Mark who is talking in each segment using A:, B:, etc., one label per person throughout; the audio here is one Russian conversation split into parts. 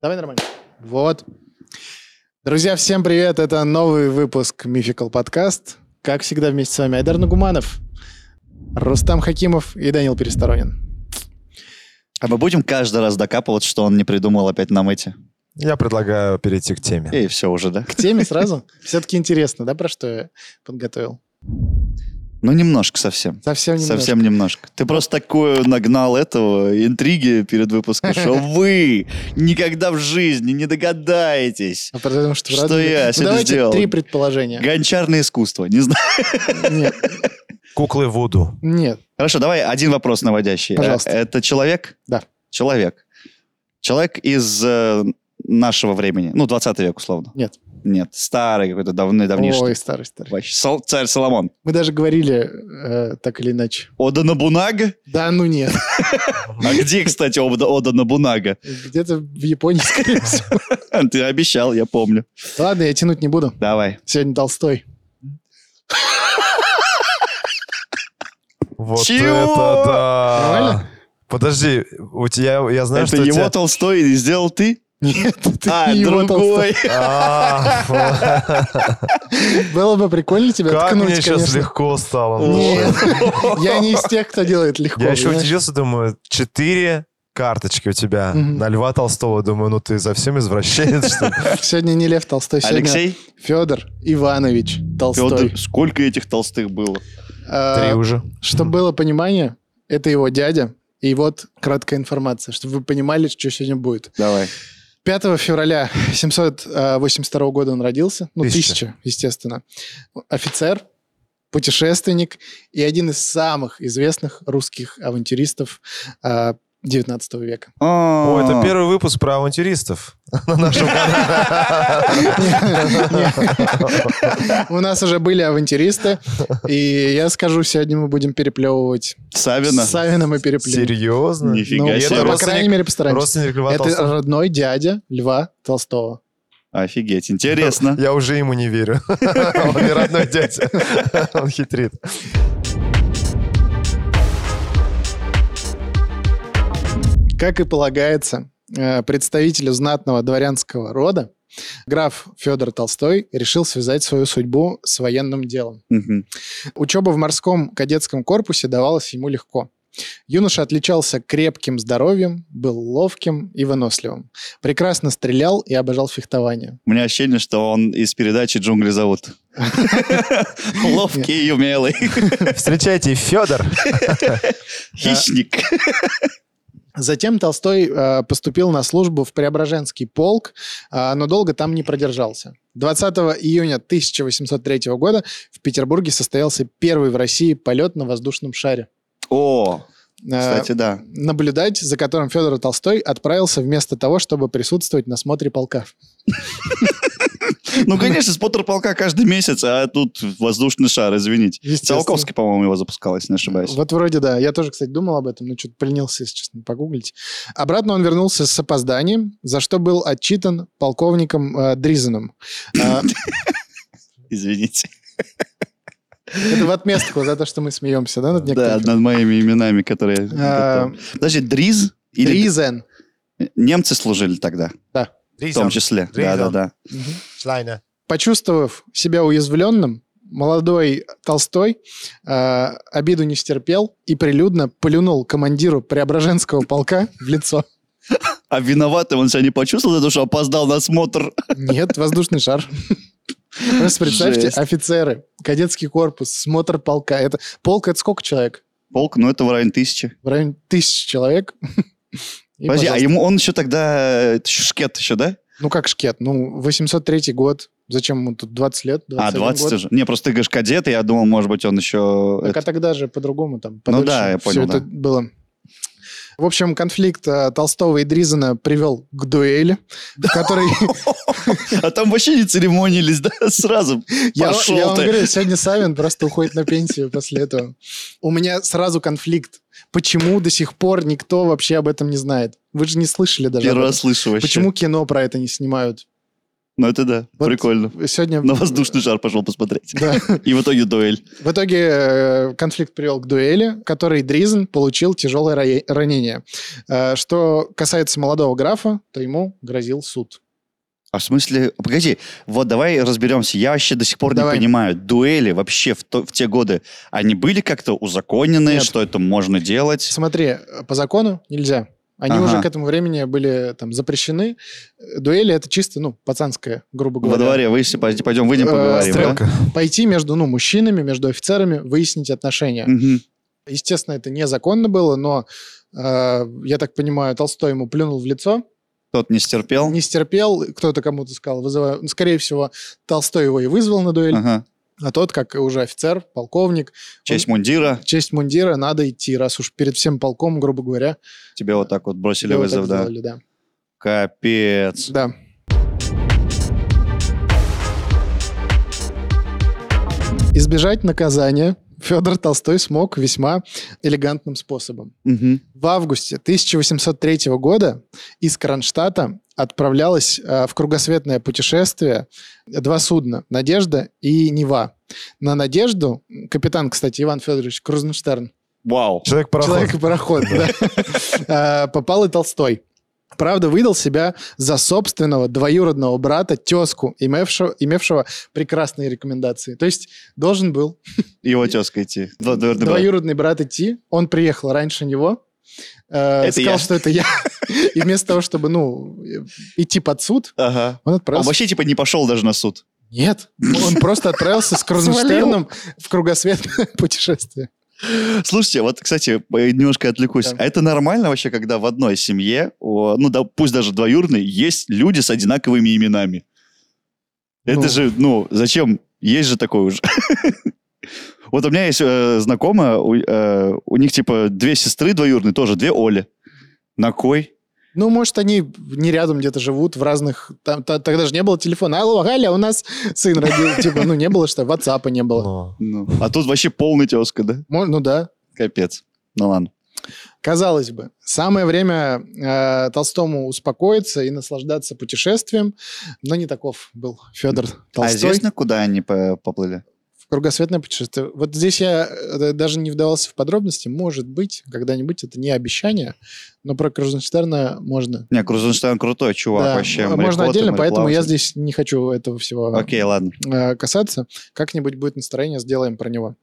A: Давай нормально. Вот. Друзья, всем привет. Это новый выпуск Мификал подкаст. Как всегда, вместе с вами Айдар Нагуманов, Рустам Хакимов и Данил Пересторонин.
B: А мы будем каждый раз докапываться, что он не придумал опять нам эти.
C: Я предлагаю перейти к теме.
B: И все уже, да?
A: К теме сразу. Все-таки интересно, да, про что я подготовил?
B: Ну, немножко совсем.
A: Совсем немножко.
B: Совсем немножко. Ты просто такую нагнал этого, интриги перед выпуском, что вы никогда в жизни не догадаетесь.
A: А потому что, в
B: Что
A: разных-
B: я
A: Ну,
B: сегодня
A: давайте
B: сделал?
A: три предположения.
B: Гончарное искусство, не знаю.
A: Нет,
C: Куклы Вуду.
A: нет.
B: Хорошо, давай один вопрос наводящий.
A: Пожалуйста.
B: Э, Это человек?
A: Да.
B: Человек. Человек из э, нашего времени. Ну, 20 век, условно.
A: Нет.
B: Нет, старый какой-то, давный, давнишний.
A: Ой, старый, старый.
B: Вообще, Сол- Царь Соломон.
A: Мы даже говорили э, так или иначе.
B: Ода Набунага?
A: Да, ну нет.
B: А где, кстати, Ода, Ода Набунага?
A: Где-то в Японии, скорее всего.
B: Ты обещал, я помню.
A: Ладно, я тянуть не буду.
B: Давай.
A: Сегодня Толстой.
C: Вот
B: Чего?
C: это да!
A: Нормально?
C: Подожди, у тебя, я знаю,
B: Это
C: что у
B: его
C: тебя-
B: Толстой и сделал ты?
A: Нет, ты
B: а,
A: не его Толстой.
B: другой.
C: А,
A: Было бы прикольно тебя
C: Как
A: ткнуть,
C: мне сейчас
A: конечно.
C: легко стало.
A: Нет, я не из тех, кто делает легко.
C: Я еще
A: понимаешь?
C: удивился, думаю, четыре карточки у тебя
A: Мгм.
C: на Льва Толстого. Думаю, ну ты совсем извращенец, что ли?
A: Сегодня не Лев Толстой, сегодня
B: Алексей?
A: Федор Иванович Толстой.
B: Федор, сколько этих толстых было?
C: Три
A: А,
C: уже.
A: Чтобы было понимание, это его дядя. И вот краткая информация, чтобы вы понимали, что сегодня будет.
B: Давай.
A: 5 февраля 782 года он родился. Ну,
C: Тысяча.
A: тысяча, естественно. Офицер, путешественник и один из самых известных русских авантюристов а, 19 века.
C: О, это
B: А,
C: первый выпуск про авантюристов на нашем
A: У нас уже были авантюристы, и я скажу, сегодня мы будем переплевывать.
B: Савина.
A: С Савином и переплевываем.
C: Серьезно?
A: Ну,
B: Нифига
C: это
B: себе.
A: по
C: родственник-
A: крайней мере, постараемся.
C: Родственник Льва
A: Это
C: Толстого.
A: родной дядя Льва Толстого.
B: Офигеть, интересно.
C: Я уже ему не верю. Он не родной дядя. Он хитрит.
A: Как и полагается э, представителю знатного дворянского рода, граф Федор Толстой решил связать свою судьбу с военным делом.
B: Мгм.
A: Учеба в морском кадетском корпусе давалась ему легко. Юноша отличался крепким здоровьем, был ловким и выносливым. Прекрасно стрелял и обожал фехтование.
B: У меня ощущение, что он из передачи «Джунгли зовут». Ловкий и умелый.
C: Встречайте, Федор.
B: Хищник.
A: Затем Толстой э, поступил на службу в Преображенский полк, э, но долго там не продержался. 20 июня 1803 года в Петербурге состоялся первый в России полет на воздушном шаре.
B: О,
A: Э,
B: кстати, да.
A: Наблюдать, за которым Федор Толстой отправился вместо того, чтобы присутствовать на смотре полка.
B: Ну, конечно, споттер полка каждый месяц, а тут воздушный шар, извините.
A: Естественно.
B: Циолковский, по-моему, его запускал, если не ошибаюсь.
A: Вот вроде да. Я тоже, кстати, думал об этом, но что-то поленился, если честно, погуглить. Обратно он вернулся с опозданием, за что был отчитан полковником э, Дризеном. Э,
B: Извините.
A: Это в отместку за то, что мы смеемся, да, над
B: Да,
A: некоторыми?
B: над моими именами, которые...
A: А,
B: Подожди, Дриз? Или
A: Дризен.
B: Немцы служили тогда, в том числе.
C: Дризон.
B: Да-да-да.
A: Почувствовав себя уязвленным, молодой Толстой э, обиду не стерпел и прилюдно плюнул командиру Преображенского полка в лицо.
B: А виноватым он себя не почувствовал, потому что опоздал на смотр.
A: Нет, воздушный шар. Просто представьте,
B: Жесть.
A: офицеры, кадетский корпус, смотр полка. Это полк это сколько человек?
B: Полк, ну это в районе тысячи.
A: В районе тысячи человек. И,
B: Подожди, а
A: пожалуйста.
B: ему он еще тогда... э, это еще Шкет еще, да?
A: Ну как шкет? Ну, 803 год. Зачем ему тут 20 лет?
B: А,
A: 21 год?
B: 20 уже. Не, просто ты говоришь кадет, и я думал, может быть, он еще...
A: Так
B: это-
A: а тогда же по-другому там.
B: Ну да, я
A: Все
B: понял,
A: это
B: да.
A: было. В общем, конфликт э, Толстого и Дризена привел к дуэли, в которой...
B: А там вообще не церемонились, да? Сразу
A: Я,
B: пошел
A: я вам
B: ты.
A: говорю, сегодня Савин просто уходит на пенсию после этого. У меня сразу конфликт. Почему до сих пор никто вообще об этом не знает? Вы же не слышали даже. об
B: Первый
A: этом.
B: раз слышу вообще.
A: Почему кино про это не снимают?
B: Ну, это да,
A: Вот.
B: прикольно.
A: Сегодня...
B: На воздушный шар пошел посмотреть.
A: Да.
B: И в итоге дуэль.
A: В итоге э, конфликт привел к дуэли, в которой Дризен получил тяжелое рае- ранение. Э, Что касается молодого графа, то ему грозил суд.
B: А в смысле... Погоди, вот давай разберемся. Я вообще до сих пор
A: Давай.
B: не понимаю, дуэли вообще в, то- в те годы, они были как-то узаконены,
A: Нет.
B: что это можно делать?
A: Смотри, э, по закону нельзя. Они
B: Ага.
A: уже к этому времени были там запрещены. Э, Дуэли это чисто, ну, пацанское, грубо
B: Во
A: говоря.
B: дворе выйти, пойди- пойдем выйдем
A: Э,
B: поговорим. да?
C: Стрелка.
A: Пойти между, ну, мужчинами, между офицерами, выяснить отношения.
B: Мгм.
A: Естественно, это незаконно было, но, э, я так понимаю, Толстой ему плюнул в лицо,
B: Тот не стерпел.
A: не стерпел, кто-то кому-то сказал, вызываю. Ну, Скорее всего, Толстой его и вызвал на дуэль,
B: Ага.
A: а тот, как и уже офицер, полковник,
B: Честь мундира.
A: в честь мундира надо идти, раз уж перед всем полком, грубо говоря.
B: Тебе вот так вот бросили
A: его так
B: вызов, да?
A: сделали, да.
B: Капец.
A: Да. Избежать наказания Федор Толстой смог весьма элегантным способом.
B: Мгм.
A: В августе 1803 года из Кронштадта отправлялось э, в кругосветное путешествие два судна «Надежда» и «Нева». На «Надежду» капитан, кстати, Иван Федорович Крузенштерн,
B: Вау.
C: Человек-пароход.
A: Человек и пароход, да. Э, Попал и Толстой. Правда, выдал себя за собственного двоюродного брата, тезку, имевшего, имевшего прекрасные рекомендации. То есть должен был
B: Его тезка идти. Два- двоюродный брат.
A: двоюродный брат идти, он приехал раньше него, э,
B: Это
A: сказал,
B: я.
A: что это я. И вместо того, чтобы, ну, э, идти под суд,
B: Ага.
A: он
B: Он
A: отправился...
B: вообще типа не пошел даже на суд.
A: Нет, он просто отправился с Крузенштерном в кругосветное путешествие.
B: Слушайте, вот, кстати, э, немножко отвлекусь.
A: Да.
B: А это нормально вообще, когда в одной семье, о, ну, да, пусть даже двоюродной, есть люди с одинаковыми именами? Это
A: Ну.
B: же, ну, зачем? Есть же такое уже. Вот у меня есть э, знакомая, у, э, у них типа две сестры двоюродные, тоже две Оли. На кой?
A: Ну, может, они не рядом где-то живут, в разных... Там, та- тогда же не было телефона. Алло, Галя, у нас сын родил. Типа, ну, не было что, ватсапа не было.
C: Ну,
B: Ну, А тут вообще полный тезка, да?
A: Мо- Ну, да.
B: Капец. Ну ладно.
A: Казалось бы, самое время э, Толстому успокоиться и наслаждаться путешествием, но не таков был Федор
B: А
A: Толстой.
B: известно, куда они по- поплыли?
A: В кругосветное путешествие. Вот здесь я э, даже не вдавался в подробности. Может быть, когда-нибудь это не обещание, но про Крузенштерна можно.
B: Не, Крузенштейн крутой чувак
A: Да,
B: вообще.
A: м- можно
B: мореплаватель,
A: отдельно, поэтому я
B: мореплаватель.
A: здесь не хочу этого всего
B: Окей, ладно.
A: э, касаться. Как-нибудь будет настроение, сделаем про него.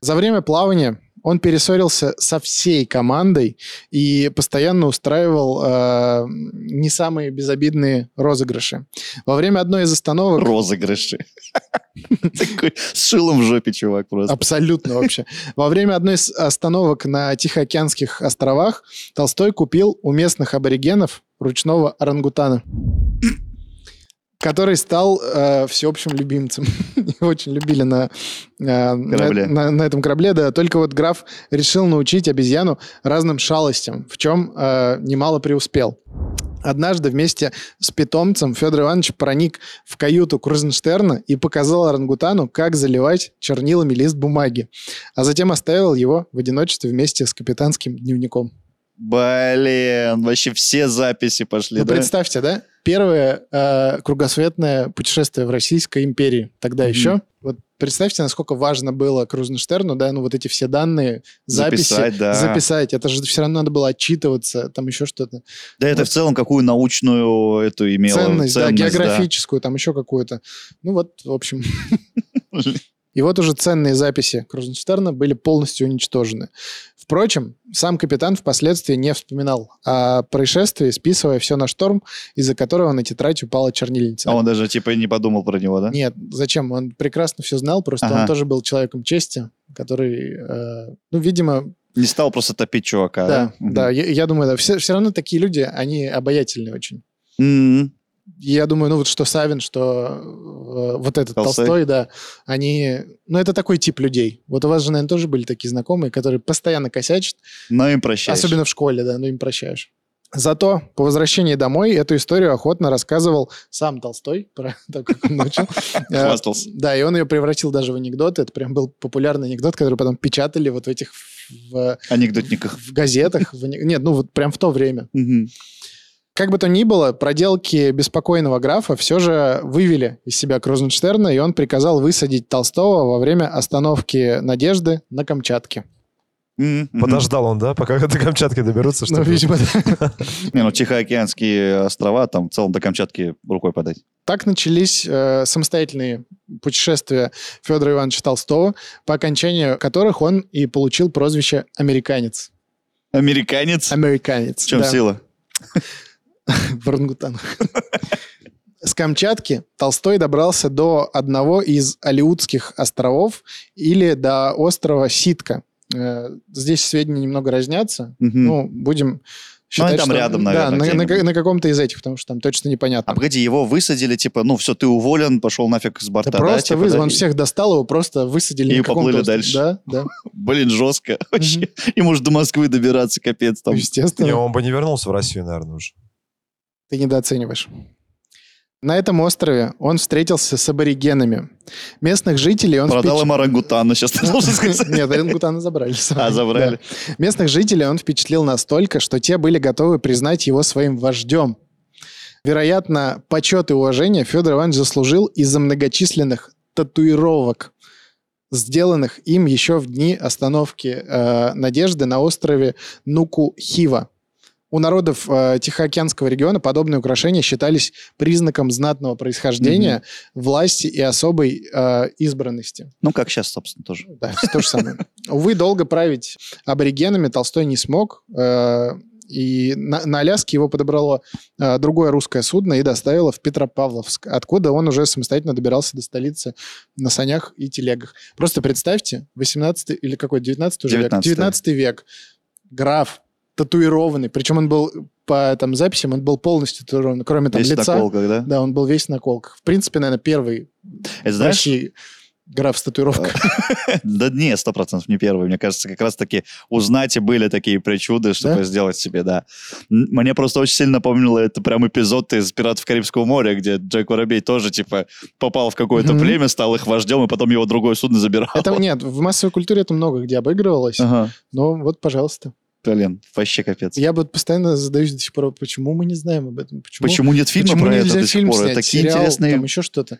A: За время плавания он перессорился со всей командой и постоянно устраивал э, не самые безобидные розыгрыши. Во время одной из остановок...
B: розыгрыши. Такой с шилом в жопе чувак просто.
A: Абсолютно вообще. Во время одной из остановок на Тихоокеанских островах Толстой купил у местных аборигенов ручного орангутана, который стал э, всеобщим любимцем. Его очень любили на, э, на,
B: Корабле.
A: на- на этом корабле. Да, только вот граф решил научить обезьяну разным шалостям, в чем э, немало преуспел. Однажды вместе с питомцем Федор Иванович проник в каюту Крузенштерна и показал орангутану, как заливать чернилами лист бумаги, а затем оставил его в одиночестве вместе с капитанским дневником.
B: Блин, вообще все записи пошли,
A: ну,
B: да?
A: представьте, да? Первое э, кругосветное путешествие в Российской империи тогда
B: Мгм.
A: еще. Вот представьте, насколько важно было Крузенштерну, да, ну вот эти все данные, записи,
B: Записать, да.
A: записать. Это же все равно надо было отчитываться, там еще что-то.
B: Да это в целом какую научную эту имела
A: ценность, да,
B: да.
A: географическую, там еще какую-то. Ну вот, в общем. И вот уже ценные записи Крузенштерна были полностью уничтожены. Впрочем, сам капитан впоследствии не вспоминал о происшествии, списывая все на шторм, из-за которого на тетрадь упала чернильница.
B: А он даже типа не подумал про него, да?
A: Нет, зачем? Он прекрасно все знал, просто он
B: Ага.
A: тоже был человеком чести, который, э, ну, видимо,
B: Не стал просто топить чувака,
A: да,
B: да?
A: да, я, я думаю, да. Все, все равно такие люди, они обаятельные очень.
B: Мгм. М,
A: я думаю, ну вот что Савин, что э, вот этот
B: Толстой.
A: Толстой. да, они, ну это такой тип людей. Вот у вас же, наверное, тоже были такие знакомые, которые постоянно косячат,
B: Но Ну, им прощаешь.
A: особенно в школе, да, ну им прощаешь. Зато по возвращении домой эту историю охотно рассказывал сам Толстой, про то, как он начал. Э,
B: Хвастался.
A: Да, и он ее превратил даже в анекдот. Это прям был популярный анекдот, который потом печатали вот в этих в,
B: Анекдотниках.
A: в газетах. в ани- Нет, ну вот прям в то время.
B: Мгм.
A: Как бы то ни было, проделки беспокойного графа все же вывели из себя Крузенштерна, и он приказал высадить Толстого во время остановки «Надежды» на Камчатке.
B: М, мгм.
C: Подождал он, да, пока до Камчатки доберутся,
A: Ну,
C: чтобы...
A: видимо,
B: Не, ну Тихоокеанские острова, там в целом до Камчатки рукой подать.
A: Так начались э, самостоятельные путешествия Федора Ивановича Толстого, по окончанию которых он и получил прозвище «Американец».
B: Американец.
A: «Американец».
B: В чем
A: да.
B: сила?
A: Варангутанг. С Камчатки Толстой добрался до одного из Алиутских островов или до острова Ситка. Э, Здесь сведения немного разнятся.
B: Мгм.
A: Ну, будем считать,
B: там
A: что-
B: рядом,
A: Да,
B: наверное,
A: на- на,
B: где-нибудь.
A: на каком-то из этих, потому что там точно непонятно.
B: а погоди, его высадили, типа, ну все, ты уволен, пошел нафиг с борта.
A: Да
B: да,
A: просто
B: типа,
A: вызвал,
B: да?
A: он всех достал, его просто высадили.
B: И
A: на каком-то
B: поплыли
A: острове.
B: дальше.
A: Да, да,
B: Блин, жестко. Вообще. Ему же до Москвы добираться, капец там.
A: естественно.
C: Не, он бы не вернулся в Россию, наверное, уже.
A: Ты недооцениваешь. На этом острове он встретился с аборигенами. Местных жителей он...
B: Продал
A: впеч-
B: им орангутана, сейчас ты должен сказать.
A: Нет, орангутана забрали.
B: А, забрали.
A: Да. Местных жителей он впечатлил настолько, что те были готовы признать его своим вождем. Вероятно, почет и уважение Федор Иванович заслужил из-за многочисленных татуировок, сделанных им еще в дни остановки э, Надежды на острове Нуку-Хива. У народов э, Тихоокеанского региона подобные украшения считались признаком знатного происхождения, власти и особой э, избранности.
B: Ну, как сейчас, собственно, тоже.
A: Да, всё то же самое. Увы, долго править аборигенами Толстой не смог. э, И на, на Аляске его подобрало э, другое русское судно и доставило в Петропавловск, откуда он уже самостоятельно добирался до столицы на санях и телегах. Просто представьте, 18 или какой, 19 уже
B: 19-й.
A: век? 19 век. Граф, татуированный, причем он был по там, записям, он был полностью татуирован, кроме там
B: Весь на
A: лица.
B: колках, да?
A: Да, он был весь на колках. В принципе, наверное, первый
B: Это
A: в
B: знаешь,
A: России граф с татуировкой.
B: да не, сто процентов не первый. Мне кажется, как раз-таки у знати были такие причуды, чтобы
A: Да?
B: сделать себе, да. М, Мне просто очень сильно напомнило это прям эпизод из «Пиратов Карибского моря», где Джек Воробей тоже, типа, попал в какое-то
A: Мгм.
B: племя, стал их вождем, и потом его другое судно забирало.
A: Это нет, в массовой культуре это много где обыгрывалось,
B: А Ага.
A: но вот, пожалуйста.
B: Блин, вообще капец.
A: Я вот постоянно задаюсь до сих пор, почему мы не знаем об этом? Почему,
B: Почему нет фильма
A: почему
B: про это
A: нельзя
B: до сих
A: фильм
B: пор?
A: снять,
B: Такие
A: сериал,
B: интересные
A: там еще что-то?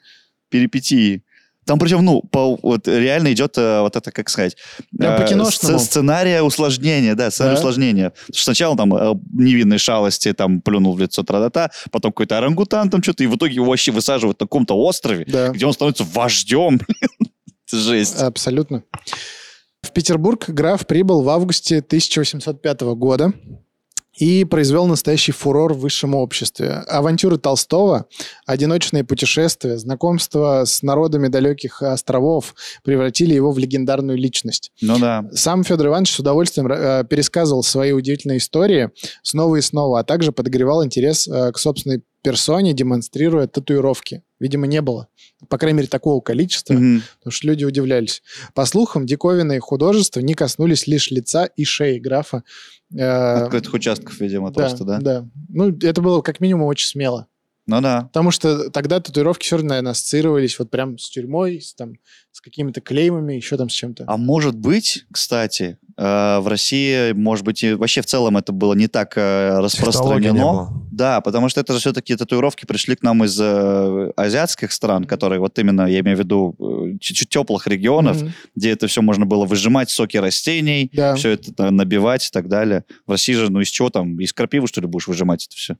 B: перипетии. Там причем, ну, по, вот реально идет э, вот это, как сказать, э,
A: Прям по-киношному.
B: сц- сценария усложнения, да, сценарий
A: Да.
B: усложнения. Потому что сначала там э, невинные шалости, там плюнул в лицо традата, потом какой-то орангутан там что-то, и в итоге его вообще высаживают на каком-то острове,
A: Да,
B: где он становится вождем. Это Жесть.
A: Э, абсолютно. В Петербург граф прибыл в августе 1805 года и произвел настоящий фурор в высшем обществе. Авантюры Толстого, одиночные путешествия, знакомство с народами далеких островов превратили его в легендарную личность.
B: Ну да.
A: Сам Федор Иванович с удовольствием э, пересказывал свои удивительные истории снова и снова, а также подогревал интерес э, к собственной персоне, демонстрируя татуировки. Видимо, не было. По крайней мере, такого количества,
B: Мгм.
A: потому что люди удивлялись. По слухам, диковинные художества не коснулись лишь лица и шеи графа. Э,
B: Открытых участков, видимо,
A: да,
B: Ну, просто, да?
A: да. Ну, это было как минимум очень смело.
B: Ну да.
A: Потому что тогда татуировки все равно, наверное, ассоциировались вот прям с тюрьмой, с, там, с какими-то клеймами, еще там с чем-то.
B: А может быть, кстати, э, в России, может быть, и вообще в целом это было не так э,
C: Технологий не
B: распространено.
C: было.
B: Да, потому что это же все-таки татуировки пришли к нам из э, азиатских стран, которые вот именно, я имею в виду, э, чуть-чуть теплых регионов,
A: Мгм.
B: где это все можно было выжимать, соки растений,
A: Да.
B: все это на- набивать и так далее. В России же, ну из чего там, из крапивы, что ли, будешь выжимать это все?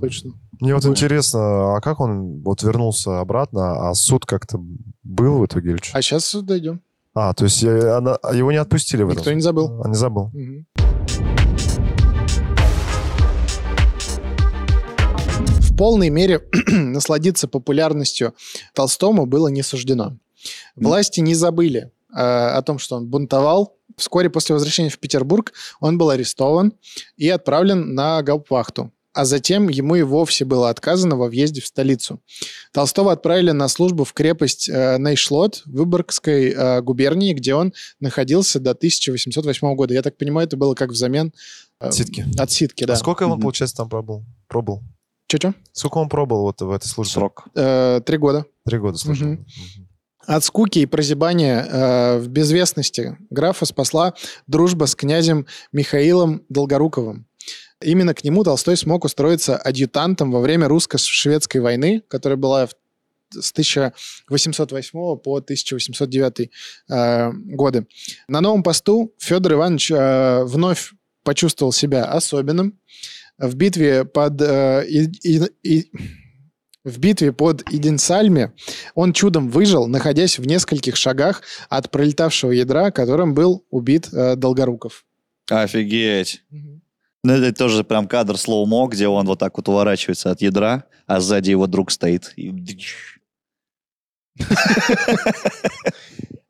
A: Точно.
C: Мне вот
A: Ой.
C: интересно, а как он вот вернулся обратно, а суд как-то был в итоге или что?
A: А сейчас дойдем.
C: А, то есть э, она- его не отпустили в этом?
A: Никто не забыл.
C: А, не забыл.
A: Мгм. В полной мере насладиться популярностью Толстому было не суждено. Власти не забыли э, о том, что он бунтовал. Вскоре после возвращения в Петербург он был арестован и отправлен на гауптвахту. А затем ему и вовсе было отказано во въезде в столицу. Толстого отправили на службу в крепость э, Нейшлот Выборгской э, губернии, где он находился до 1808 года. Я так понимаю, это было как взамен... э,
C: Ситки.
A: Отсидки, да.
C: А сколько он,
B: Мгм.
C: получается, там пробыл? Пробыл.
A: Чё-чё?
C: Сколько он пробыл вот в этой службе?
B: Срок.
A: Э, три года.
C: Три года служил.
A: Мгм.
C: Мгм.
A: От скуки и прозябания э, в безвестности графа спасла дружба с князем Михаилом Долгоруковым. Именно к нему Толстой смог устроиться адъютантом во время русско-шведской войны, которая была в- с 1808 по 1809 э, годы. На новом посту Федор Иванович э, вновь почувствовал себя особенным. В битве под э, И- И- И- в битве под Иденсальме он чудом выжил, находясь в нескольких шагах от пролетавшего ядра, которым был убит э, Долгоруков.
B: Офигеть. Ну, это тоже прям кадр слоумо, где он вот так вот уворачивается от ядра, а сзади его друг стоит. И дыч.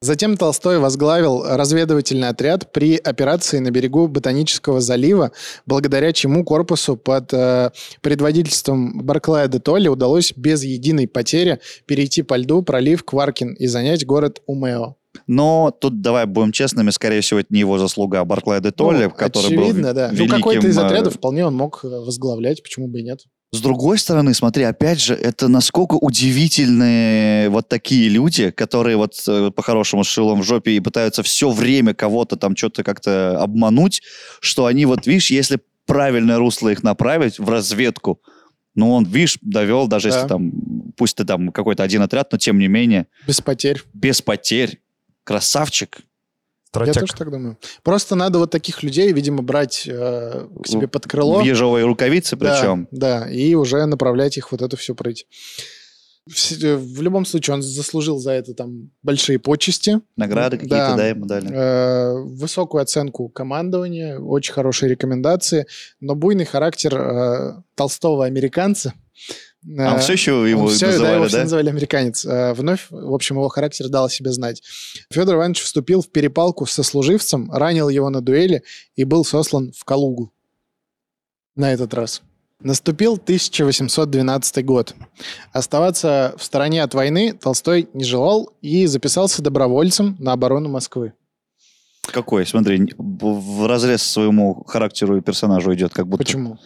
A: Затем Толстой возглавил разведывательный отряд при операции на берегу Ботанического залива, благодаря чему корпусу под э, предводительством Барклая де Толли удалось без единой потери перейти по льду пролив Кваркин и занять город Умео.
B: Но тут давай будем честными, скорее всего, это не его заслуга, а Барклай де Толли,
A: Ну,
B: который
A: очевидно,
B: был
A: да.
B: великим...
A: ну, какой-то из
B: э,
A: отрядов вполне он мог э, возглавлять, почему бы и нет.
B: С другой стороны, смотри, опять же, это насколько удивительные вот такие люди, которые вот э, по-хорошему с шилом в жопе и пытаются все время кого-то там что-то как-то обмануть, что они вот, видишь, если правильное русло их направить в разведку, ну он, видишь, довел, даже
A: Да.
B: если там, пусть ты там какой-то один отряд, но тем не менее,
A: Без потерь.
B: без потерь, красавчик.
A: Я
C: Стратег.
A: тоже так думаю. Просто надо вот таких людей, видимо, брать э, к себе под крыло.
B: В ежовой рукавице
A: Да,
B: причем.
A: Да, и уже направлять их вот эту всю прыть. В, с- э, в любом случае, он заслужил за это там большие почести,
B: Награды
A: Да.
B: какие-то, да, ему дали.
A: э, высокую оценку командования, очень хорошие рекомендации, но буйный характер э, толстого американца.
B: А
A: э,
B: все еще его
A: он всё, да, его
B: называли,
A: все
B: да?
A: называли американец. Э, Вновь, в общем, его характер дал о себе знать. Федор Иванович вступил в перепалку со служивцем, ранил его на дуэли и был сослан в Калугу. На этот раз. Наступил 1812 год. Оставаться в стороне от войны Толстой не желал и записался добровольцем на оборону Москвы.
B: Какой? Смотри, н- в в разрез своему характеру и персонажу идет, как будто.
A: Почему?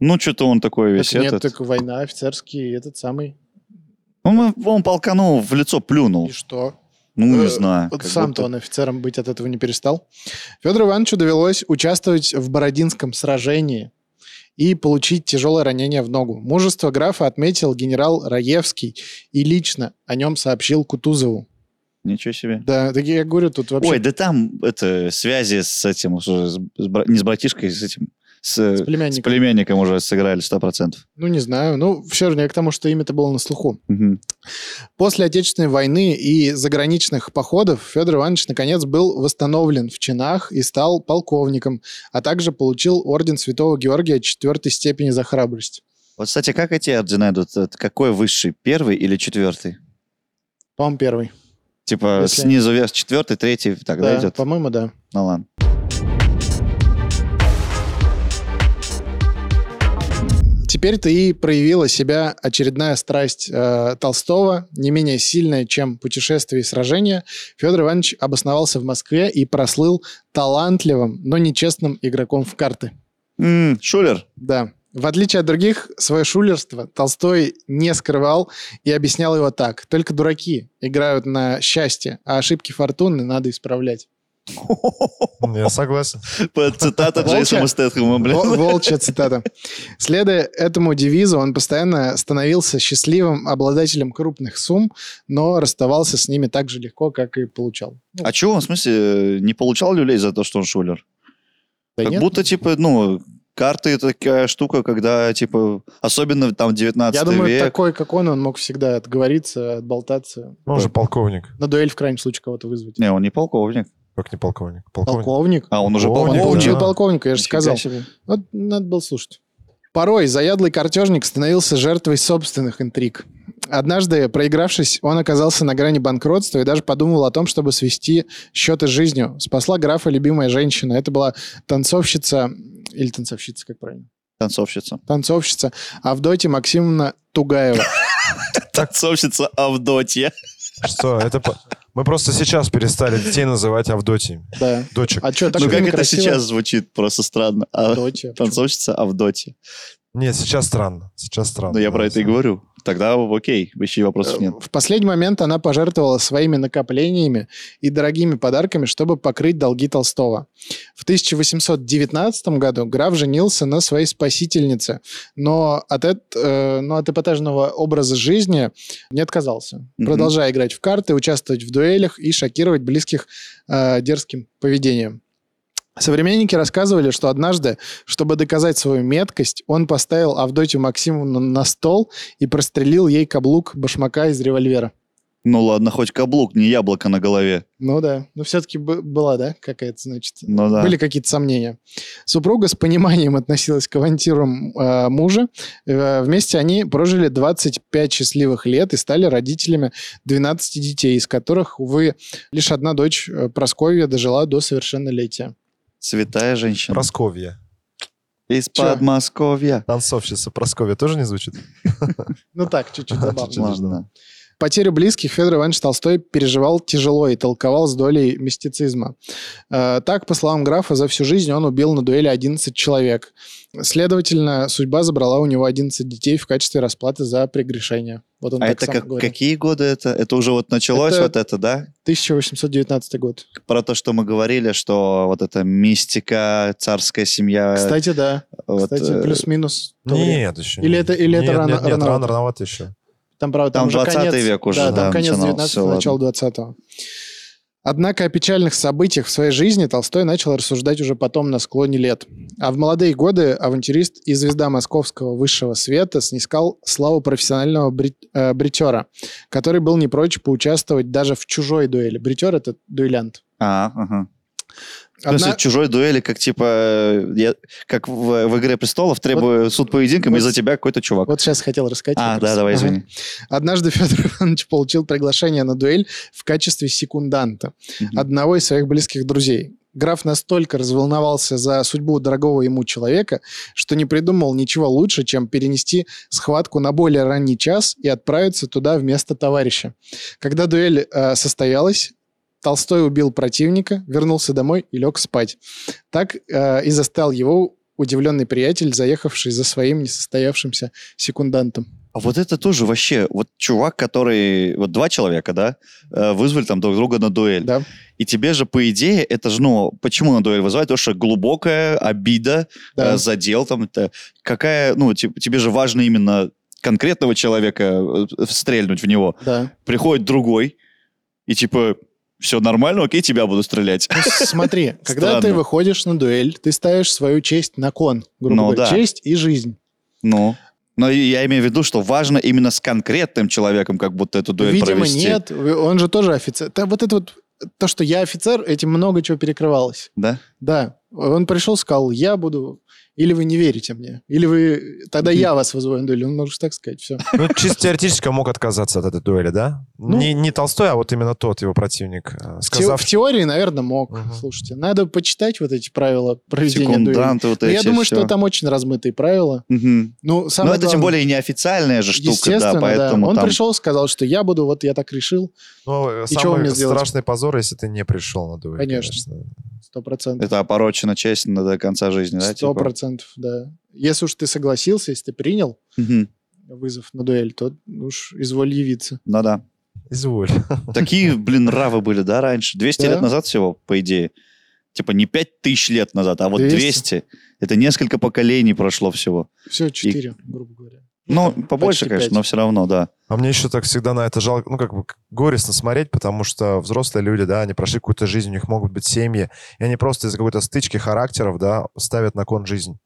B: Ну, что-то он такой весь
A: Так нет,
B: этот.
A: так война, офицерский, этот самый.
B: Он, он полкану в лицо плюнул.
A: И что?
B: Ну,
A: Э,
B: не знаю.
A: Вот
B: как
A: сам-то
B: будто-
A: он офицером быть от этого не перестал. Федору Ивановичу довелось участвовать в Бородинском сражении и получить тяжелое ранение в ногу. Мужество графа отметил генерал Раевский и лично о нем сообщил Кутузову.
B: Ничего себе.
A: Да, так я говорю, тут вообще
B: Ой, да там это связи с этим, уже с- с бра- не с братишкой, с этим, с,
A: с
B: э, с
A: племянником.
B: племянником уже сыграли 100%.
A: Ну, не знаю. Ну, все же я к тому, что имя-то было на слуху.
B: Мгм.
A: После Отечественной войны и заграничных походов Федор Иванович наконец был восстановлен в чинах и стал полковником, а также получил орден Святого Георгия четвертой степени за храбрость.
B: Вот, кстати, как эти ордена идут? Это Какой высший? Первый или четвертый?
A: По-моему, первый.
B: Типа
A: Если-
B: снизу вверх четвертый, третий, тогда
A: Да,
B: идет.
A: по-моему, да.
B: Ну ладно.
A: Теперь-то и проявила себя очередная страсть э, Толстого, не менее сильная, чем путешествие и сражения. Федор Иванович обосновался в Москве и прослыл талантливым, но нечестным игроком в карты.
B: М, Шулер.
A: Да. В отличие от других, свое шулерство Толстой не скрывал и объяснял его так. Только дураки играют на счастье, а ошибки фортуны надо исправлять.
C: Я согласен.
B: Цитата
A: Волча.
B: Джейсона Стэтхэма, блин.
A: Вол- Волчья цитата. Следуя этому девизу, он постоянно становился счастливым обладателем крупных сумм, но расставался с ними так же легко, как и получал. Ну,
B: А чего он, в смысле, э, не получал люлей за то, что он шулер?
A: да
B: как
A: нет.
B: будто, типа, ну, карты такая штука, когда, типа, особенно там 19
A: Я думаю,
B: век.
A: такой, как он, он мог всегда отговориться, отболтаться.
C: Ну, он же полковник.
A: На дуэль в крайнем случае кого-то вызвать.
B: Не, он не полковник.
C: Как не полковник? Полковник.
A: Полковник?
B: А, он уже
A: Он
C: Полковник,
B: полковник.
A: получил
C: да.
A: полковника, я же
B: Нифига
A: сказал.
B: себе.
A: Вот надо было слушать. Порой заядлый картежник становился жертвой собственных интриг. Однажды, проигравшись, он оказался на грани банкротства и даже подумал о том, чтобы свести счеты с жизнью. Спасла графа любимая женщина. Это была танцовщица... Или танцовщица, как правильно?
B: Танцовщица.
A: Танцовщица Авдотья Максимовна Тугаева.
B: Танцовщица Авдотья.
C: Что, это... по- Мы просто сейчас перестали детей называть Авдотьями.
A: Да.
C: Дочек.
A: А что, так
B: ну, как это
A: некрасиво?
B: сейчас звучит просто странно. А,
A: Авдотья.
B: танцовщица Авдотья.
C: Нет, сейчас странно. Сейчас странно.
B: Ну, я про это и говорю. Тогда окей, еще и вопросов нет.
A: Э, В последний момент она пожертвовала своими накоплениями и дорогими подарками, чтобы покрыть долги Толстого. В 1819 году граф женился на своей спасительнице, но от, эт- э, но от эпатажного образа жизни не отказался,
B: Мгм.
A: продолжая играть в карты, участвовать в дуэлях и шокировать близких э, дерзким поведением. Современники рассказывали, что однажды, чтобы доказать свою меткость, он поставил Авдотью Максимовну на стол и прострелил ей каблук башмака из револьвера.
B: Ну ладно, хоть каблук, не яблоко на голове.
A: Ну да, но все-таки была, да, какая-то, значит,
B: Ну да.
A: были какие-то сомнения. Супруга с пониманием относилась к авантюрам э, мужа. Э, вместе они прожили 25 счастливых лет и стали родителями 12 детей, из которых, увы, лишь одна дочь э, Прасковья дожила до совершеннолетия.
B: Святая женщина.
C: Просковья.
B: Из
A: Чё?
B: Подмосковья.
C: Танцовщица Просковья тоже не звучит?
A: Ну так, чуть-чуть забавно.
B: Ладно.
A: Потерю близких Федор Иванович Толстой переживал тяжело и толковал с долей мистицизма. Э, Так, по словам графа, за всю жизнь он убил на дуэли 11 человек. Следовательно, судьба забрала у него 11 детей в качестве расплаты за прегрешение. Вот он
B: А
A: так
B: это
A: сам
B: как-
A: говорил.
B: какие годы это? Это уже вот началось
A: Это-
B: вот это, да?
A: 1819 год.
B: Про то, что мы говорили, что вот эта мистика, царская семья.
A: Кстати, да.
B: Э, вот,
A: Кстати,
B: э,
A: плюс-минус. то время.
C: Нет, еще
A: Ну, Или
C: не-
A: это- или это
C: нет,
A: рано-
C: нет, нет,
A: рановато?
C: рано, рановато еще.
A: Там, правда,
B: Там
A: уже
B: 20
A: конец-
B: век уже,
A: Да,
B: да,
A: там конец
B: начинался,
A: 19
B: ладно.
A: начало 20 Однако о печальных событиях в своей жизни Толстой начал рассуждать уже потом на склоне лет. А в молодые годы авантюрист и звезда московского высшего света снискал славу профессионального брит- э, бритера, который был не прочь поучаствовать даже в чужой дуэли. Бритер — это дуэлянт.
B: А, ага.
A: Одна-
B: То есть чужой дуэли, как типа, э, я- как в, в «Игре престолов», требую суд поединком,
A: вот-
B: и за тебя какой-то чувак.
A: Вот сейчас хотел рассказать.
B: а,
A: как
B: да,
A: раз.
B: давай,
A: Ага.
B: извини.
A: Однажды Федор Иванович получил приглашение на дуэль в качестве секунданта
B: Мгм.
A: одного из своих близких друзей. Граф настолько разволновался за судьбу дорогого ему человека, что не придумал ничего лучше, чем перенести схватку на более ранний час и отправиться туда вместо товарища. Когда дуэль э, состоялась, Толстой убил противника, вернулся домой и лег спать. Так э, и застал его удивленный приятель, заехавший за своим несостоявшимся секундантом.
B: А вот это тоже вообще, вот чувак, который, вот два человека, да, э, вызвали там друг друга на дуэль.
A: Да.
B: И тебе же, по идее, это же, ну, почему на дуэль вызывают? Потому что глубокая обида,
A: Да.
B: э, задел там, это какая, ну, ти- тебе же важно именно конкретного человека э, стрельнуть в него.
A: Да.
B: Приходит другой, и типа, все нормально, окей, тебя буду стрелять.
A: Ну, Смотри, когда
B: Странно.
A: ты выходишь на дуэль, ты ставишь свою честь на кон, грубо
B: Ну,
A: говоря,
B: да.
A: честь и жизнь.
B: Ну, но я имею в виду, что важно именно с конкретным человеком как будто эту дуэль
A: Видимо,
B: провести.
A: нет, он же тоже офицер. Да, вот это вот то, что я офицер, этим много чего перекрывалось.
B: Да?
A: Да, он пришел, сказал, я буду, или вы не верите мне, или вы, тогда я вас вызову на дуэль. Он может так сказать, все.
C: Ну, чисто теоретически он мог отказаться от этой дуэли, да?
A: Ну.
C: не, не Толстой, а вот именно тот его противник, э, сказав...
A: В теории, наверное, мог.
C: Мгм.
A: Слушайте, надо почитать вот эти правила проведения дуэли.
B: Секунданты вот
A: Но
B: эти
A: я думаю, что
B: всё.
A: там очень размытые правила.
B: Мгм.
A: Ну,
B: Ну,
A: самое
B: это тем
A: главное-
B: более и неофициальная же штука,
A: Естественно,
B: да, поэтому
A: Он
B: там...
A: пришел, сказал, что я буду, вот я так решил,
C: Ну, э,
A: И чего
C: самый
A: мне сделать?
C: страшный позор, если ты не пришел на дуэль.
A: Конечно. сто процентов.
B: Это опорочена честь на- до конца жизни, да?
A: Сто
B: типа?
A: процентов, да. Если уж ты согласился, если ты принял
B: Мгм.
A: вызов на дуэль, то уж изволь явиться.
B: Ну да.
C: Изволь.
B: Такие, блин, нравы были, да, раньше? 200
A: Да.
B: лет назад всего, по идее. Типа не 5000 лет назад, а вот 200.
A: 200.
B: Это несколько поколений прошло всего.
A: Все, четыре, грубо говоря.
B: Ну, побольше,
A: Почти
B: конечно,
A: пять.
B: но все равно, да.
C: А мне еще так всегда на это жалко, ну, как бы горестно смотреть, потому что взрослые люди, да, они прошли какую-то жизнь, у них могут быть семьи, и они просто из-за какой-то стычки характеров, да, ставят на кон жизнь.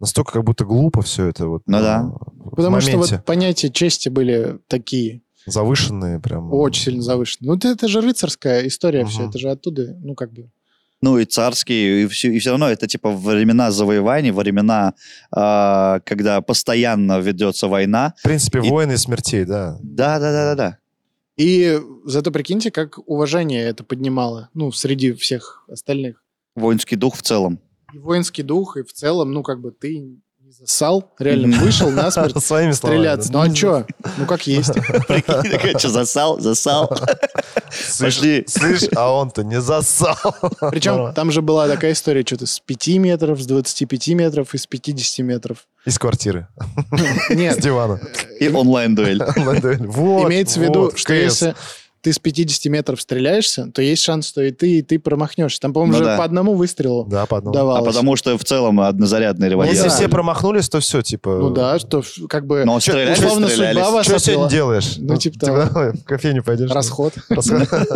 C: Настолько как будто глупо все это вот.
B: Ну да.
A: Потому
C: в
A: что
C: моменте.
A: вот понятия чести были такие,
C: Завышенные прям.
A: очень сильно завышены. Ну, это, это же рыцарская история все,
C: Мгм.
A: это же оттуда, ну, как бы.
B: Ну и царские, и все, и все равно это типа времена завоеваний, времена, а, когда постоянно ведется война.
C: В принципе,
B: И-
C: войны и смертей, да.
B: Да-да-да-да-да.
A: И зато прикиньте, как уважение это поднимало, ну, среди всех остальных.
B: Воинский дух в целом.
A: И воинский дух, и в целом, ну, как бы ты Сал, реально вышел насмерть
C: Своими словами.
A: стреляться. Ну а что? Ну как есть.
B: Прикинь, такая, что, засал, засал. Пошли.
C: Слышь, а он-то не засал.
A: Причем там же была такая история, что-то с 5 метров, с 25 метров и с 50 метров.
C: Из квартиры, с
A: Нет,
C: дивана.
B: И онлайн-дуэль.
C: Вот,
A: имеется в виду,
C: вот,
A: что
C: КС.
A: если ты с 50 метров стреляешься, то есть шанс, что и ты, и ты промахнешься. Там, по-моему,
B: Ну
A: же
B: да.
A: по одному выстрелу
C: Да, по одному.
B: А
A: давалось.
B: потому что в целом однозарядный
C: Ну, Если
A: да.
B: револьвер.
C: все промахнулись, то все, типа...
A: Ну да, что ф- как бы
B: Но стреляли,
A: условно
B: стрелялись.
A: судьба вас
C: Что сегодня
A: отвела.
C: делаешь?
A: Ну, типа
C: ты
A: того.
C: куда- В кофейню пойдешь?
A: Расход.
C: Расход.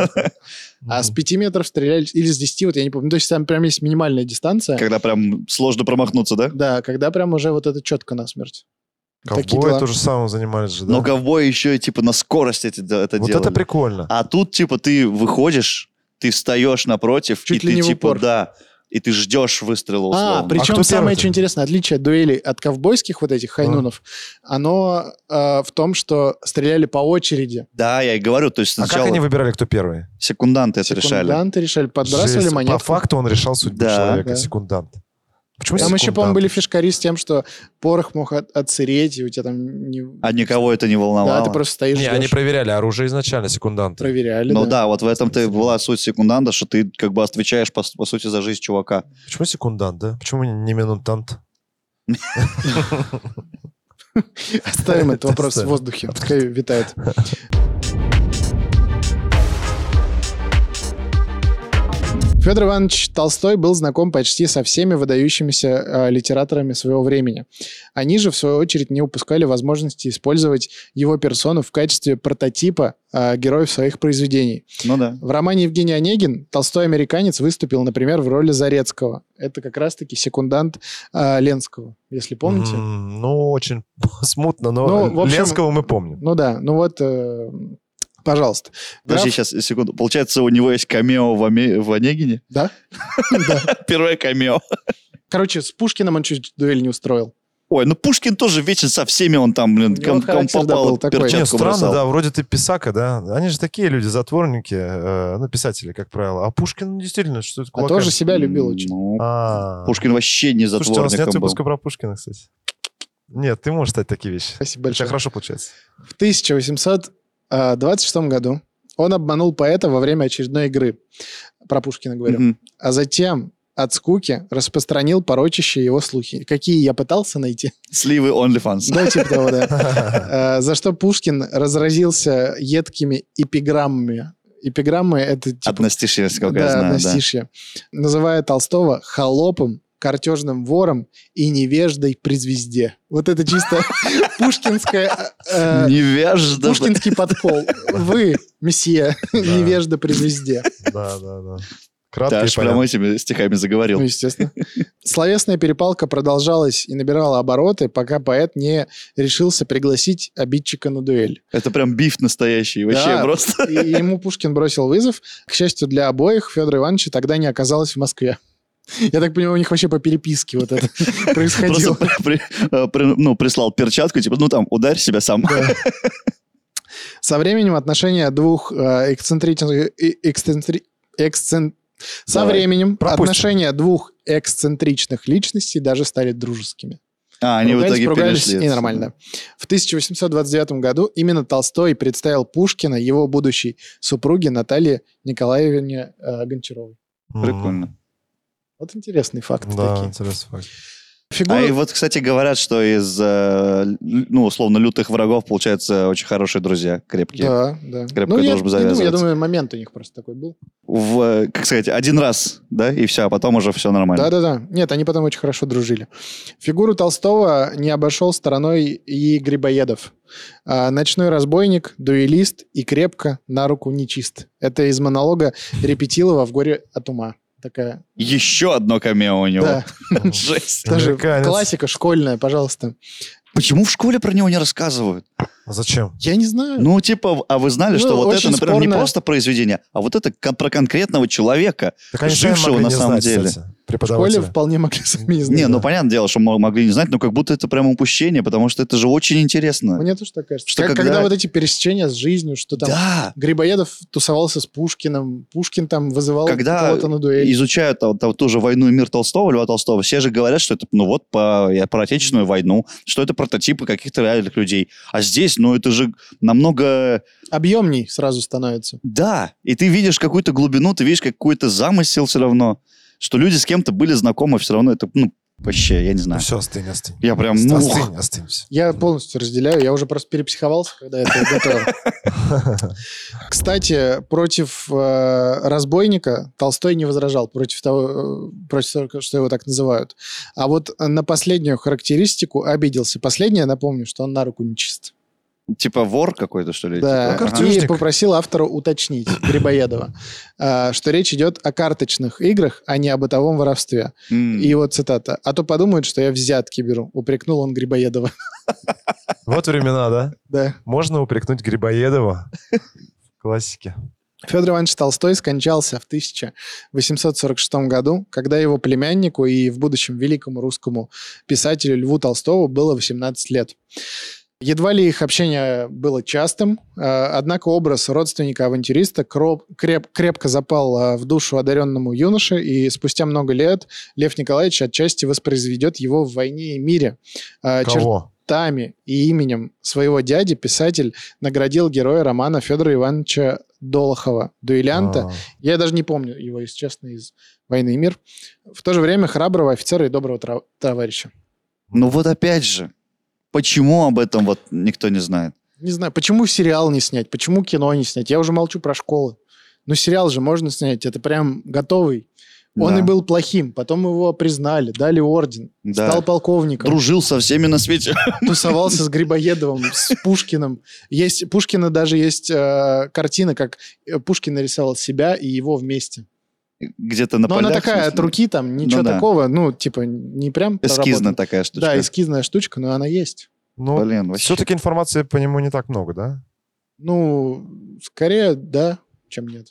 A: А с 5 метров стрелялись, или с 10, вот я не помню. Ну, То есть там прям есть минимальная дистанция.
B: Когда прям сложно промахнуться, да?
A: Да, когда прям уже вот это четко насмерть. Такие
C: Ковбои
A: дела.
C: тоже самым занимались же, да?
B: Но ковбои еще типа на скорость эти- это
C: Вот
B: делали.
C: это прикольно.
B: А тут, типа, ты выходишь, ты встаешь напротив,
A: Чуть
B: и
A: ли
B: ты,
A: не в
B: типа,
A: упор.
B: да, и ты ждешь выстрела
A: А,
B: условно.
C: А кто
A: причем самое,
C: первый-то?
A: что интересно, отличие от дуэлей от ковбойских вот этих хайнунов, оно э, в том, что стреляли по очереди.
B: Да, я и говорю, то есть
C: А как
B: сначала
C: они выбирали, кто первый?
B: секунданты это решали.
A: Секунданты решали, подбрасывали
C: Жесть. По
A: монетку.
C: факту он решал судьбу
B: Да.
C: человека,
A: Да.
C: секундант. Почему
A: Там еще,
C: секундант?
A: по-моему, были фишкари с тем, что порох мог от- отсыреть, и у тебя там... Не...
B: А никого это не
A: Да, ты
B: волновало.
A: просто стоишь,
C: Не,
A: ждёшь.
C: они проверяли оружие изначально, секунданты.
A: проверяли.
B: Ну
A: да.
B: да, вот в этом-то и была суть секунданта, что ты как бы отвечаешь по, по сути за жизнь чувака.
C: Почему секундант, да? Почему не минутант?
A: Оставим этот
C: Это
A: вопрос в
C: оставим.
A: воздухе, пускай витает. Федор Иванович Толстой был знаком почти со всеми выдающимися э, литераторами своего времени. Они же, в свою очередь, не упускали возможности использовать его персону в качестве прототипа э, героев своих произведений.
B: Ну да.
A: В романе Евгений Онегин Толстой американец выступил, например, в роли Зарецкого. Это как раз-таки секундант э, Ленского, если помните.
C: М, Ну, очень смутно, но
A: Ну, в общем-
C: Ленского мы помним.
A: Ну да, ну вот, э, пожалуйста. Граф-
B: Подожди, сейчас, секунду. Получается, у него есть камео в, Аме- в Онегине?
A: Да.
B: Первое камео.
A: Короче, с Пушкиным он чуть дуэль не устроил.
B: Ой, ну Пушкин тоже вечно со всеми он там,
A: У
B: блин,
A: него
B: ком, ком
A: характер, Ну, да,
B: попал,
A: был такой.
B: перчатку
A: Чётко
C: Не, странно,
B: бросал.
C: да, вроде ты писака, да? Они же такие люди, затворники, э, ну, писатели, как правило. А Пушкин действительно, что это
A: А
C: кулаками?
A: тоже себя любил очень.
B: Ну,
C: А.
B: Пушкин вообще не
C: Слушайте, а у нас
B: затворником
C: нет
B: был.
C: выпуска про Пушкина, кстати. Нет, ты можешь стать такие вещи.
A: Спасибо
C: Очень
A: большое.
C: хорошо получается.
A: В 1826 году он обманул поэта во время очередной игры. Про Пушкина говорю.
B: Мгм.
A: А затем от скуки распространил порочащие его слухи. Какие я пытался найти.
B: Сливы OnlyFans.
A: Да, типа того, да. Э, За что Пушкин разразился едкими эпиграммами. Эпиграммы — это типа
B: Одностишье, насколько я
A: да,
B: знаю, да.
A: одностишье. Называя Толстого холопом, картежным вором и невеждой при звезде. Вот это чисто пушкинская... э,
B: Невежда.
A: Пушкинский подкол. Вы, месье, невежда при звезде.
C: Да, да, да.
B: Ты
C: Кратко и
B: аж прям
C: понятно.
B: этими стихами заговорил.
A: Ну, естественно. Словесная перепалка продолжалась и набирала обороты, пока поэт не решился пригласить обидчика на дуэль.
B: Это прям биф настоящий. Вообще
A: Да.
B: просто.
A: И ему Пушкин бросил вызов. К счастью для обоих, Федора Ивановича тогда не оказалось в Москве. Я так понимаю, у них вообще по переписке вот это происходило.
B: Просто при- при- э, при- ну, прислал перчатку, типа, ну там, ударь себя сам.
A: Со временем отношения двух э, эксцентричных... э, эксцентри- эксцен- Со
B: Давай.
A: временем
C: Пропустим.
A: отношения двух эксцентричных личностей даже стали дружескими.
B: А, они в
A: Ругались,
B: итоге
A: поругались,
B: перешли.
A: и нормально. В 1829 году именно Толстой представил Пушкина его будущей супруге Наталье Николаевне э, Гончаровой.
C: М,
B: Прикольно.
A: Вот интересный факт.
C: Да,
A: такие.
C: интересный факт.
B: А и
A: Фигура...
B: вот, кстати, говорят, что из, э, л- ну, условно, лютых врагов получаются очень хорошие друзья, крепкие.
A: Да, да. Ну,
B: Крепкая
A: я,
B: дружба
A: не думаю, я
B: завязывается.
A: думаю, момент у них просто такой был.
B: В, э, как сказать, один раз, да, и все, а потом уже все нормально.
A: Да-да-да. Нет, они потом очень хорошо дружили. Фигуру Толстого не обошел стороной и Грибоедов. А, Ночной разбойник, дуэлист и крепко на руку нечист. Это из монолога Репетилова в «Горе от ума». Такая,
B: Еще одно камео у него.
A: да,
C: М.
B: Жесть.
A: даже
C: Американец.
A: классика школьная, пожалуйста.
B: Почему в школе про него не рассказывают?
C: А Зачем?
A: Я не знаю.
B: Ну, типа, а вы знали,
A: Ну,
B: что вот это,
A: очень
B: например, не
A: спорно.
B: просто произведение, а вот это кон- про конкретного человека.
C: Так они сами
B: Жившего
C: могли
B: на
C: не
B: самом
C: знать,
B: деле.
C: кстати,
A: в школе
C: преподаватели. Ну
A: вполне могли сами не знать.
B: Не,
C: да.
B: ну, понятное дело, что мо- могли не знать, но как будто это прям упущение, потому что это же очень интересно.
A: Мне тоже так кажется.
B: Что
A: Как-
B: когда-
A: когда... вот эти пересечения с жизнью, что там
B: Да,
A: Грибоедов тусовался с Пушкиным, Пушкин там вызывал
B: Когда
A: кого-то на дуэль.
B: изучают там, там ту же «Войну и мир» Толстого, Льва Толстого, все же говорят, что это, ну, вот, по, я про Отечественную войну, что это прототипы каких-то реальных людей. А здесь, ну, это же намного
A: Объемней сразу становится.
B: Да, и ты видишь какую-то глубину, ты видишь какой-то замысел все равно, что люди с кем-то были знакомы все равно, это, ну, вообще, я не
C: Ну
B: знаю.
C: все, остынь, остынь.
B: Я прям,
C: Остынь,
B: ну,
C: остынь, остынь, всё.
A: Я полностью разделяю, я уже просто перепсиховался, когда это готовил. Кстати, против э, разбойника Толстой не возражал, против того, э, против того, что его так называют. А вот на последнюю характеристику обиделся. Последняя, напомню, что он на руку не чист.
B: типа вор какой-то, что ли?
A: Да,
B: типа? Ага.
C: Ну,
A: и
C: картежник.
A: попросил автора уточнить, Грибоедова, э, что речь идет о карточных играх, а не о бытовом воровстве.
B: М.
A: И вот цитата. «А то подумают, что я взятки беру», упрекнул он Грибоедова.
C: Вот времена, да?
A: Да.
C: Можно упрекнуть Грибоедова в классике.
A: Федор Иванович Толстой скончался в 1846 году, когда его племяннику и в будущем великому русскому писателю Льву Толстому было 18 лет. Едва ли их общение было частым, э, однако образ родственника-авантюриста кроп- креп- крепко запал э, в душу одаренному юноше, и спустя много лет Лев Николаевич отчасти воспроизведет его в «Войне и мире». Э, чер-
C: Кого?
A: цветами и именем своего дяди писатель наградил героя романа Федора Ивановича Долохова, дуэлянта.
C: А,
A: Я даже не помню его, если честно, из «Войны и мир». В то же время храброго офицера и доброго тра- товарища.
B: Ну вот опять же, почему об этом вот никто не знает?
A: Не знаю, почему сериал не снять, почему кино не снять? Я уже молчу про школы. Ну, сериал же можно снять, это прям готовый. Он
B: Да.
A: и был плохим, потом его признали, дали орден,
B: Да.
A: стал полковником.
B: Дружил со всеми на свете.
A: тусовался с Грибоедовым, с Пушкиным. Есть, Пушкина даже есть э, картина, как э, Пушкин нарисовал себя и его вместе.
B: Где-то на
A: Но
B: полях.
A: она такая
B: собственно.
A: от руки, там ничего
B: да.
A: такого, ну, типа, не прям
B: Эскизная
A: проработано.
B: такая штучка.
A: Да, эскизная штучка, но она есть.
C: Ну,
B: Блин, вообще.
C: все-таки информации по нему не так много, да?
A: Ну, скорее, да, чем нет.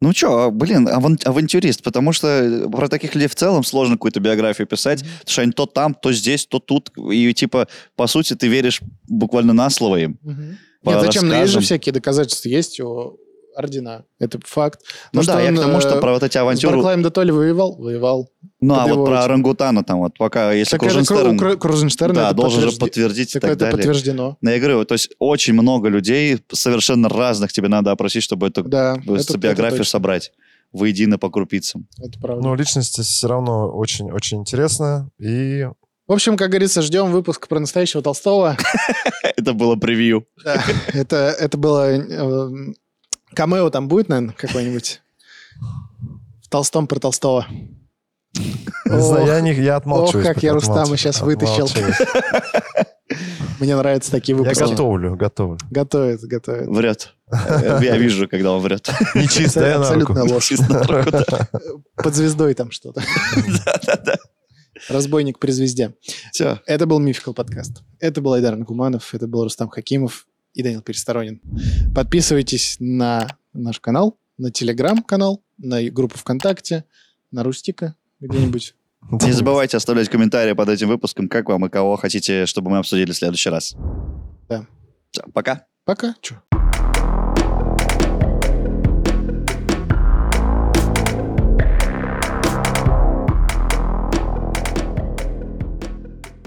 B: Ну что, блин, аван- авантюрист, потому что э, про таких людей в целом сложно какую-то биографию писать, потому что они то там, то здесь, то тут, и типа, по сути, ты веришь буквально на слово им.
A: Мгм.
B: По
A: Нет, зачем? Но есть же
B: рассказам.
A: всякие доказательства, есть у ордена. Это факт.
B: Ну
A: То,
B: да,
A: что
B: я
A: он,
B: к тому,
A: э,
B: что про вот эти
A: С
B: авантюры...
A: Барклаем де Толли воевал? Воевал.
B: Ну, а вот
A: подводите.
B: про орангутана там вот пока, если
A: Так это
B: Крузенштерн...
A: Кру- Кру- Крузенштерн,
B: да,
A: это
B: должен же
A: подтвержди-
B: подтвердить и
A: Так
B: так
A: это
B: далее.
A: подтверждено.
B: Но я говорю, то есть очень много людей совершенно разных тебе надо опросить, чтобы эту
A: Да,
B: э,
A: это- это
B: биографию
A: точно,
B: собрать воедино по крупицам.
A: Это правда.
C: Ну, личность все равно очень-очень интересная. И
A: В общем, как говорится, ждем выпуск про настоящего Толстого.
B: Это было превью.
A: Да, Это, это было... э, Камео там будет, наверное, какой-нибудь? В Толстом про Толстого.
C: не знаю,
A: Ох,
C: я, не, я отмалчиваюсь.
A: ох, как я
C: пока,
A: Рустама
C: отмалчиваюсь,
A: щас вытащил.
C: отмалчиваюсь.
A: Мне нравятся такие
C: Я
A: выпуски.
C: готовлю, готовлю.
A: Готовит, готовит.
B: Врет. Э, Я вижу, когда он врет.
C: Не чисто, я на руку.
A: Абсолютно ложь.
B: Чисто наркотик.
A: Под звездой там что-то. Разбойник при звезде.
B: Всё.
A: Это был Мификал подкаст. Это был Айдар Нагуманов, это был Рустам Хакимов и Данил Пересторонин. Подписывайтесь на наш канал, на телеграм-канал, на и- группу ВКонтакте, на Рустика где-нибудь.
B: Не забывайте оставлять комментарии под этим выпуском, как вам и кого хотите, чтобы мы обсудили в следующий раз.
A: Да.
B: Всё, Пока.
A: Пока. Чё?